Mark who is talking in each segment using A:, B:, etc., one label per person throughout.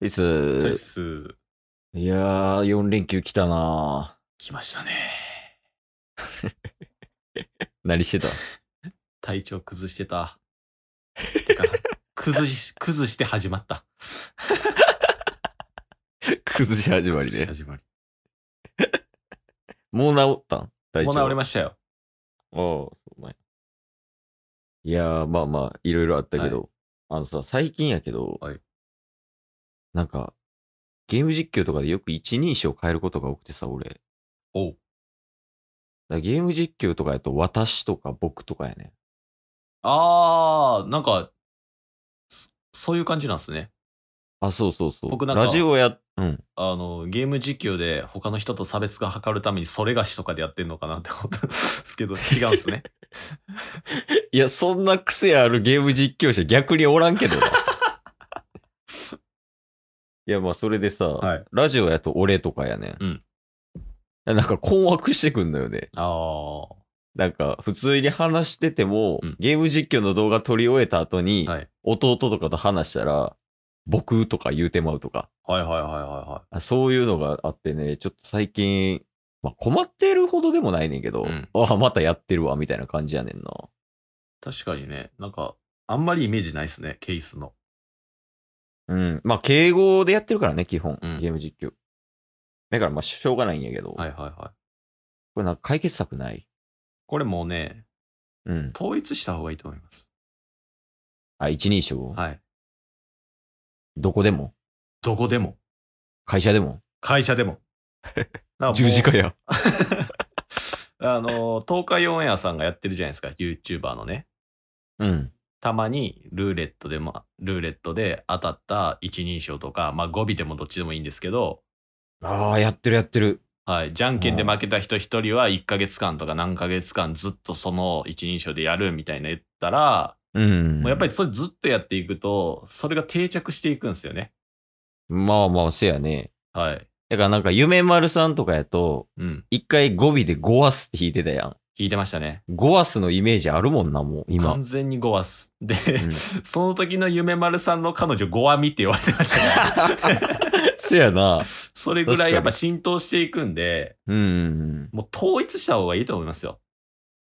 A: い
B: で
A: つ、
B: す。
A: いやー、4連休来たな
B: 来ましたね。
A: ー何してた
B: 体調崩してた。て か、崩し、崩して始まった。
A: 崩し始まり
B: 崩し
A: で。
B: 始まり。
A: もう治ったん大
B: もう治りましたよ。
A: おうそうなんやいやー、まあまあ、いろいろあったけど、あのさ、最近やけど、
B: はい
A: なんか、ゲーム実況とかでよく一人称変えることが多くてさ、俺。だか
B: おう。
A: らゲーム実況とかやと、私とか僕とかやね。
B: あー、なんか、そそういう感じなんですね。
A: あ、そうそうそう。
B: 僕なんか
A: ラジオや、うん。
B: あの、ゲーム実況で他の人と差別化図るためにそれがしとかでやってんのかなって思ったんですけど、違うん ですね。
A: いや、そんな癖あるゲーム実況者逆におらんけど な。いや、まあ、それでさ、
B: はい
A: ラジオやと俺とかやね。
B: うん
A: いや。なんか困惑してくんのよね。
B: あー。
A: なんか、普通に話してても、
B: うん
A: ゲーム実況の動画撮り終えた後に、
B: はい
A: 弟とかと話したら、僕とか言うてまうとか、
B: はいはいはいは
A: あそういうのがあってね、ちょっと最近、まあ、困ってるほどでもないねんけど、
B: うん
A: ああ、またやってるわ、みたいな感じやねんな。
B: い。確かにね、なんか、あんまりイメージないですね、ケースの。
A: うん。まあ、敬語でやってるからね、基本、
B: うん
A: ゲーム実況。だから、まあ、しょうがないんやけど、
B: はいはいはい。
A: これなんか解決策ない
B: これもうね、
A: うん。
B: 統一した方がいいと思います。
A: あ、一人称、
B: はい。
A: どこでも
B: どこでも、
A: 会社でも
B: 会社 でも。なんかも
A: 十
B: う
A: 字架や。
B: あの、東海オンエアさんがやってるじゃないですか、YouTuber のね。
A: うん。
B: たまにルーレットで、ま、ルーレットで当たった一人称とか、まあ語尾でもどっちでもいいんですけど、
A: ああ、やってるやってる。
B: はい、じゃんけんで負けた人一人は1ヶ月間とか何ヶ月間ずっとその一人称でやるみたいな言ったら、
A: うん。
B: もうやっぱりそれずっとやっていくと、それが定着していくんですよね。
A: まあまあ、せやね。
B: はい。
A: だからなんか、夢丸さんとかやと、
B: うん。
A: 一回語尾でゴアスって弾いてたやん。
B: 聞いてましたね。
A: ゴアスのイメージあるもんな、もう、今。
B: 完全にゴアス。で、
A: ん
B: その時の夢丸さんの彼女ゴアミって言われてましたね。
A: せやな。
B: それぐらいやっぱ浸透していくんで、
A: うんうん
B: もう統一した方がいいと思いますよ。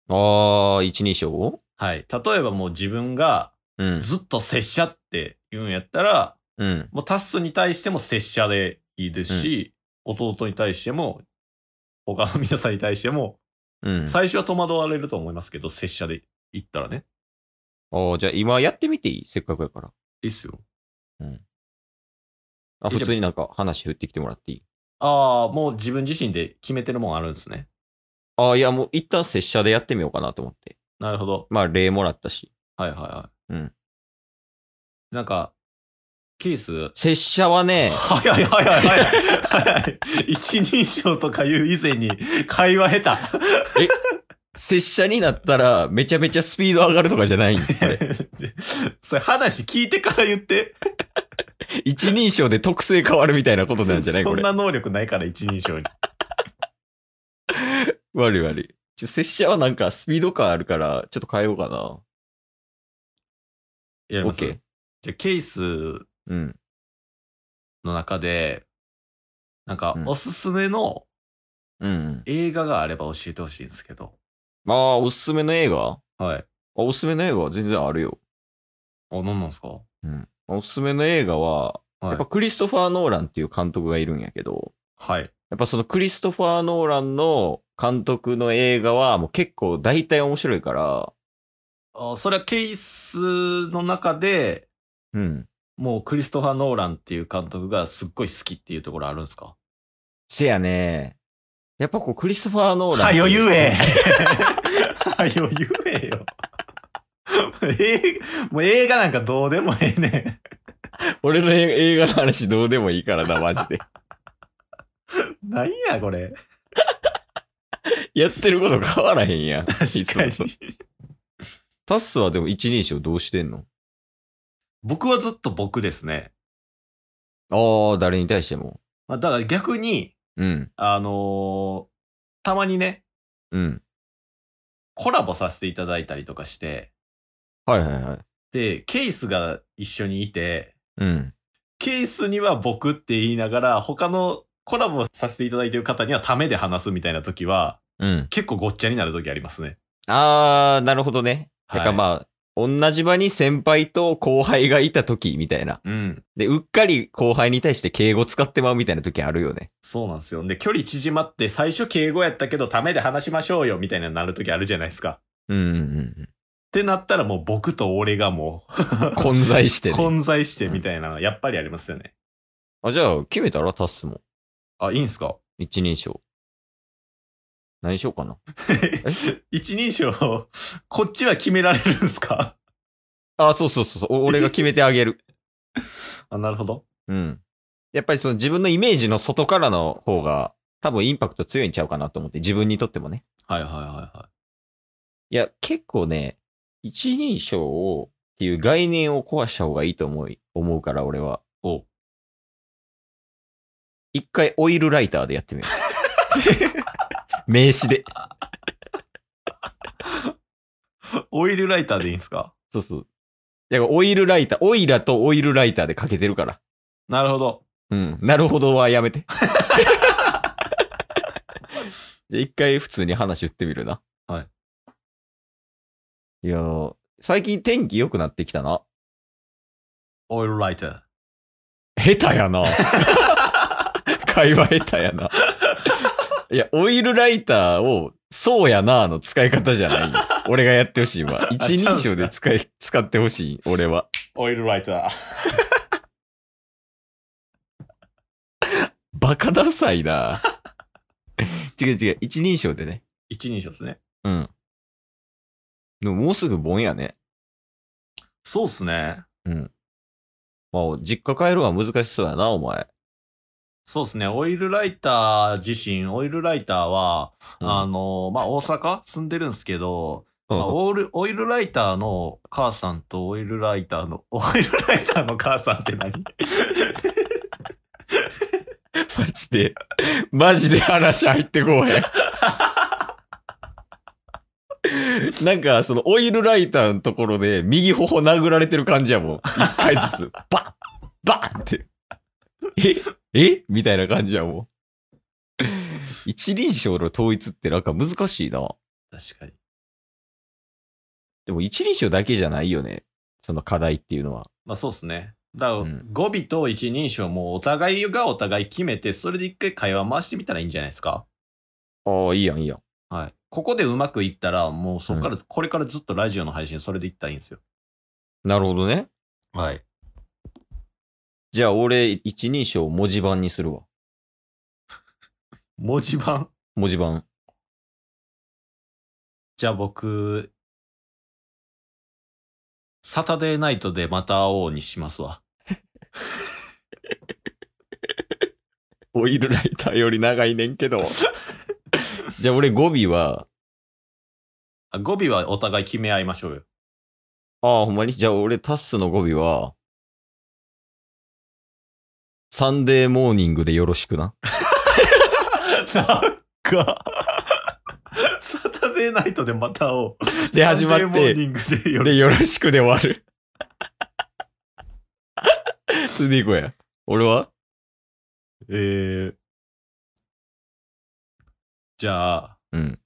A: うん。ああ、一人称
B: はい。例えばもう自分が
A: うん。
B: ずっと拙者って言うんやったら、
A: うん。
B: もうタッスに対しても拙者でいいですし、弟に対しても、他の皆さんに対しても、
A: うん。
B: 最初は戸惑われると思いますけど、拙者で言ったらね。
A: ああ、じゃあ今やってみていいせっかくやから。
B: いいっすよ。
A: あ、
B: え
A: 普通になんか話振ってきてもらっていい
B: ああ、もう自分自身で決めてるもんあるんですね。
A: ああ、いや、もう一旦拙者でやってみようかなと思って。
B: なるほど。
A: まあ、例もらったし。
B: はいはいはい。
A: うん。
B: なんか、ケース、
A: 拙者はね、
B: 早い早い早い早い。 一人称とか言う以前に会話下
A: 拙者になったら、めちゃめちゃスピード上がるとかじゃないん です。これ
B: 手。それ話聞いてから言って。
A: 一人称で特性変わるみたいなことなんじゃないこ
B: そん
A: れ。
B: な能力ないから一人称に。
A: 悪い悪い。ちょ拙者はなんかスピード感あるから、ちょっと変えようかな。
B: やり
A: オ
B: ま
A: ッ
B: す
A: ケー。
B: じゃあケース
A: うん。
B: の中で、なんか
A: うん
B: おすすめの
A: うんうん。
B: 映画があれば教えてほしいんですけど。
A: まあ、おすすめの映画あ、
B: はい。
A: おすすめの映画は全然あるよ。
B: あ、何なんですか
A: うん。おすすめの映画は、
B: はい
A: やっぱクリストファー・ノーランっていう監督がいるんやけど、
B: はい。
A: やっぱそのクリストファー・ノーランの監督の映画はもう結構大体面白いから、
B: あそれはケースの中で、
A: うん。
B: もうクリストファー・ノーランっていう監督がすっごい好きっていうところあるんですか
A: せやね。やっぱこうクリストファー・ノーラン。
B: はよゆえ はよゆえ よ。映画もう映画なんかどうでもええねん。
A: 俺の映画の話どうでもいいからな、マジで。
B: 何やこれ。
A: やってること変わらへん やん。
B: 確か
A: いつもと
B: に。
A: タッスはでも一人称どうしてんの
B: 僕はずっと僕ですね。
A: ああ、誰に対しても。
B: まあ、だから逆に、
A: うん、
B: あのーたまにね、
A: うん。
B: コラボさせていただいたりとかして、
A: はいはいはい。
B: で、ケイスが一緒にいて、
A: うん。
B: ケースには僕って言いながら、他のコラボさせていただいてる方にはためで話すみたいな時は、
A: うん。
B: 結構ごっちゃになる時ありますね。
A: あー、なるほどね。
B: はい
A: だからまあ、同じ場に先輩と後輩がいた時みたいな。
B: うん。
A: で、うっかり後輩に対して敬語使ってまうみたいな時あるよね。
B: そうなんですよ。で、距離縮まって最初敬語やったけど、ためで話しましょうよみたいななる時あるじゃないですか。っ
A: うんうん
B: てなったらもう僕と俺がも
A: うん。混在して
B: う
A: ね。
B: 混在してみたいな、やっぱりありますよね。
A: あ、じゃあ、決めたらタスも。
B: あ、いいんすか
A: 一人称。何しようかな。
B: 一人称、こっちは決められるんすか
A: あ、そうそうそうそう。お俺が決めてあげる。
B: あ、なるほど。
A: うん。やっぱりその自分のイメージの外からの方が、多分インパクト強いんちゃうかなと思って、自分にとってもね。
B: はいはいはいはい
A: や、結構ね、一人称を、っていう概念を壊した方がいいと思い、思うから俺は。
B: い。お
A: 一回オイルライターでやってみ よう。名詞で。
B: オイルライターでいいんすか
A: そうそう。いや、オイルライター、オイラとオイルライターでかけてるから。
B: なるほど。
A: うん。なるほどはやめ て。じゃあ一回普通に話言ってみるな。。
B: はい
A: いやー、最近天気良くなってきたな。
B: オイルライター。
A: 下手やな。 会話下手やな。いや、オイルライターを、そうやなの使い方じゃないよ。俺がやってほしい わ。一人称で使い、使ってほしい、俺は。
B: オイルライター。
A: バカダサいな。 違う違う、一人称でね。
B: 一人称ですね。
A: うん。でももうすぐ盆やね。
B: そうっすね。
A: まあ、実家帰るは難しそうやな、お前。
B: そうっすね。オイルライター自身、オイルライターは、
A: うん
B: あの、まあ、大阪住んでるんですけど、
A: うん
B: まあオール、オイルライターの母さんとオイルライターの、 オイルライターの母さんって何
A: マジで、マジで話入ってこうへん。なんか、その、オイルライターのところで、右頬殴られてる感じやもん。一回ずつ、バンバンって。ええみたいな感じやもん。一人称の統一ってなんか難しいな。
B: 確かに。
A: でも一人称だけじゃないよね。その課題っていうのは。
B: まあ、そうっすね。だから、
A: うん
B: 語尾と一人称もお互いがお互い決めて、それで一回会話回してみたらいいんじゃないですか
A: ああ、いいやん、いいやん。
B: はい。ここでうまくいったら、もうそこから、これからずっとラジオの配信、それでいったらいいんですよ。
A: なるほどね。
B: はい。
A: じゃあ、俺、一人称文字盤にするわ。
B: 文字盤
A: 文字盤。
B: じゃあ僕、サタデーナイトでまた会おうにしますわ。
A: オイルライターより長いねんけど。 じゃあ、俺語尾は、
B: あ語尾はお互い決め合いましょうよ。
A: ああ、ほんまにじゃあ、俺、タッスの語尾は、サンデーモーニングでよろしくな。
B: なんか、サタデーナイトでまた会おう。
A: で始まって
B: サンデーモーニングでよろ
A: で、
B: し
A: よろしく
B: く
A: で終わる。それでいこうや。俺は
B: えー、じゃあ、
A: うん。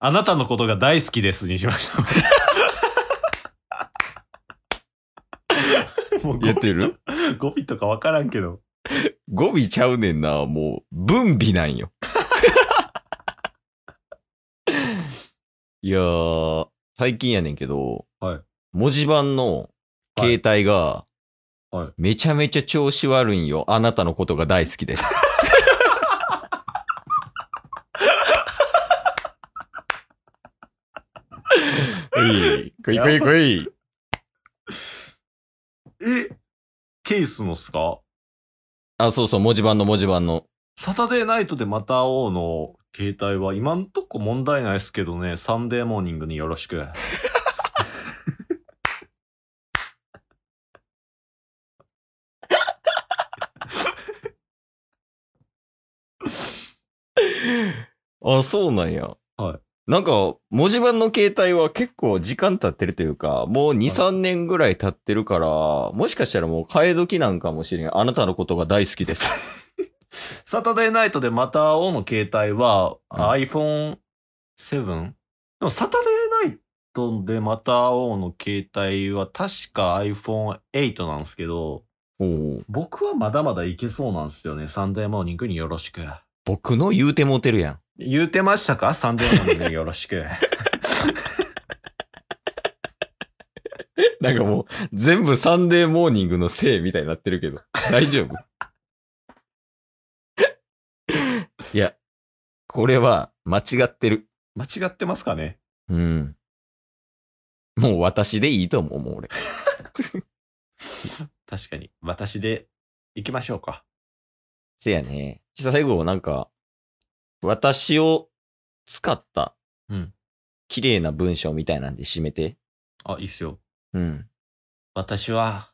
B: あなたのことが大好きですにしました。 もう語尾
A: 言ってる
B: 語尾とかわからんけど。
A: 語尾ちゃうねんな。もう、分尾なん よ。いやー、最近やねんけど、
B: はい
A: 文字盤の携帯が、
B: はいはい
A: めちゃめちゃ調子悪いんよ。あなたのことが大好きです。おい、こいこいこい。
B: えケースのっすか
A: あ、そうそう、文字盤の文字盤の。
B: サタデーナイトでまた会おうの携帯は今んとこ問題ないですけどね、サンデーモーニングによろしく。
A: あ、そうなんや。
B: は
A: なんか、文字盤の携帯は結構時間経ってるというか、もう2、3年ぐらい経ってるから、もしかしたらもう替え時なんかもしれん。あなたのことが大好きです。
B: サタデーナイトでまた青の携帯は、
A: ん
B: iPhone7? でもサタデーナイトでまた青の携帯は確か iPhone8 なんですけど、
A: おお。
B: 僕はまだまだいけそうなんですよね。サンデーモーニングによろしく。
A: 僕の言うてもうてるやん。
B: 言うてましたかサンデーモーニングによろしく。
A: なんかもう、全部サンデーモーニングのせいみたいになってるけど、大丈夫 いや、これは間違ってる。
B: 間違ってますかね
A: うん。もう私でいいと思う、もう俺。
B: 確かに。私で行きましょうか。
A: せやね。最後、なんか、私を使った、
B: うん
A: 綺麗な文章みたいなんで締めて。
B: あ、いいっすよ。
A: うん。
B: 私は、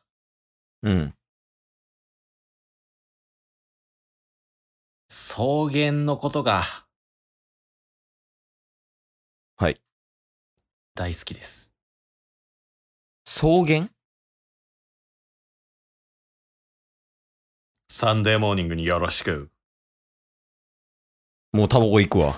A: うん。
B: 草原のことが。
A: はい。
B: 大好きです。
A: 草原
B: サンデーモーニングによろしく。
A: もうタバコ行くわ。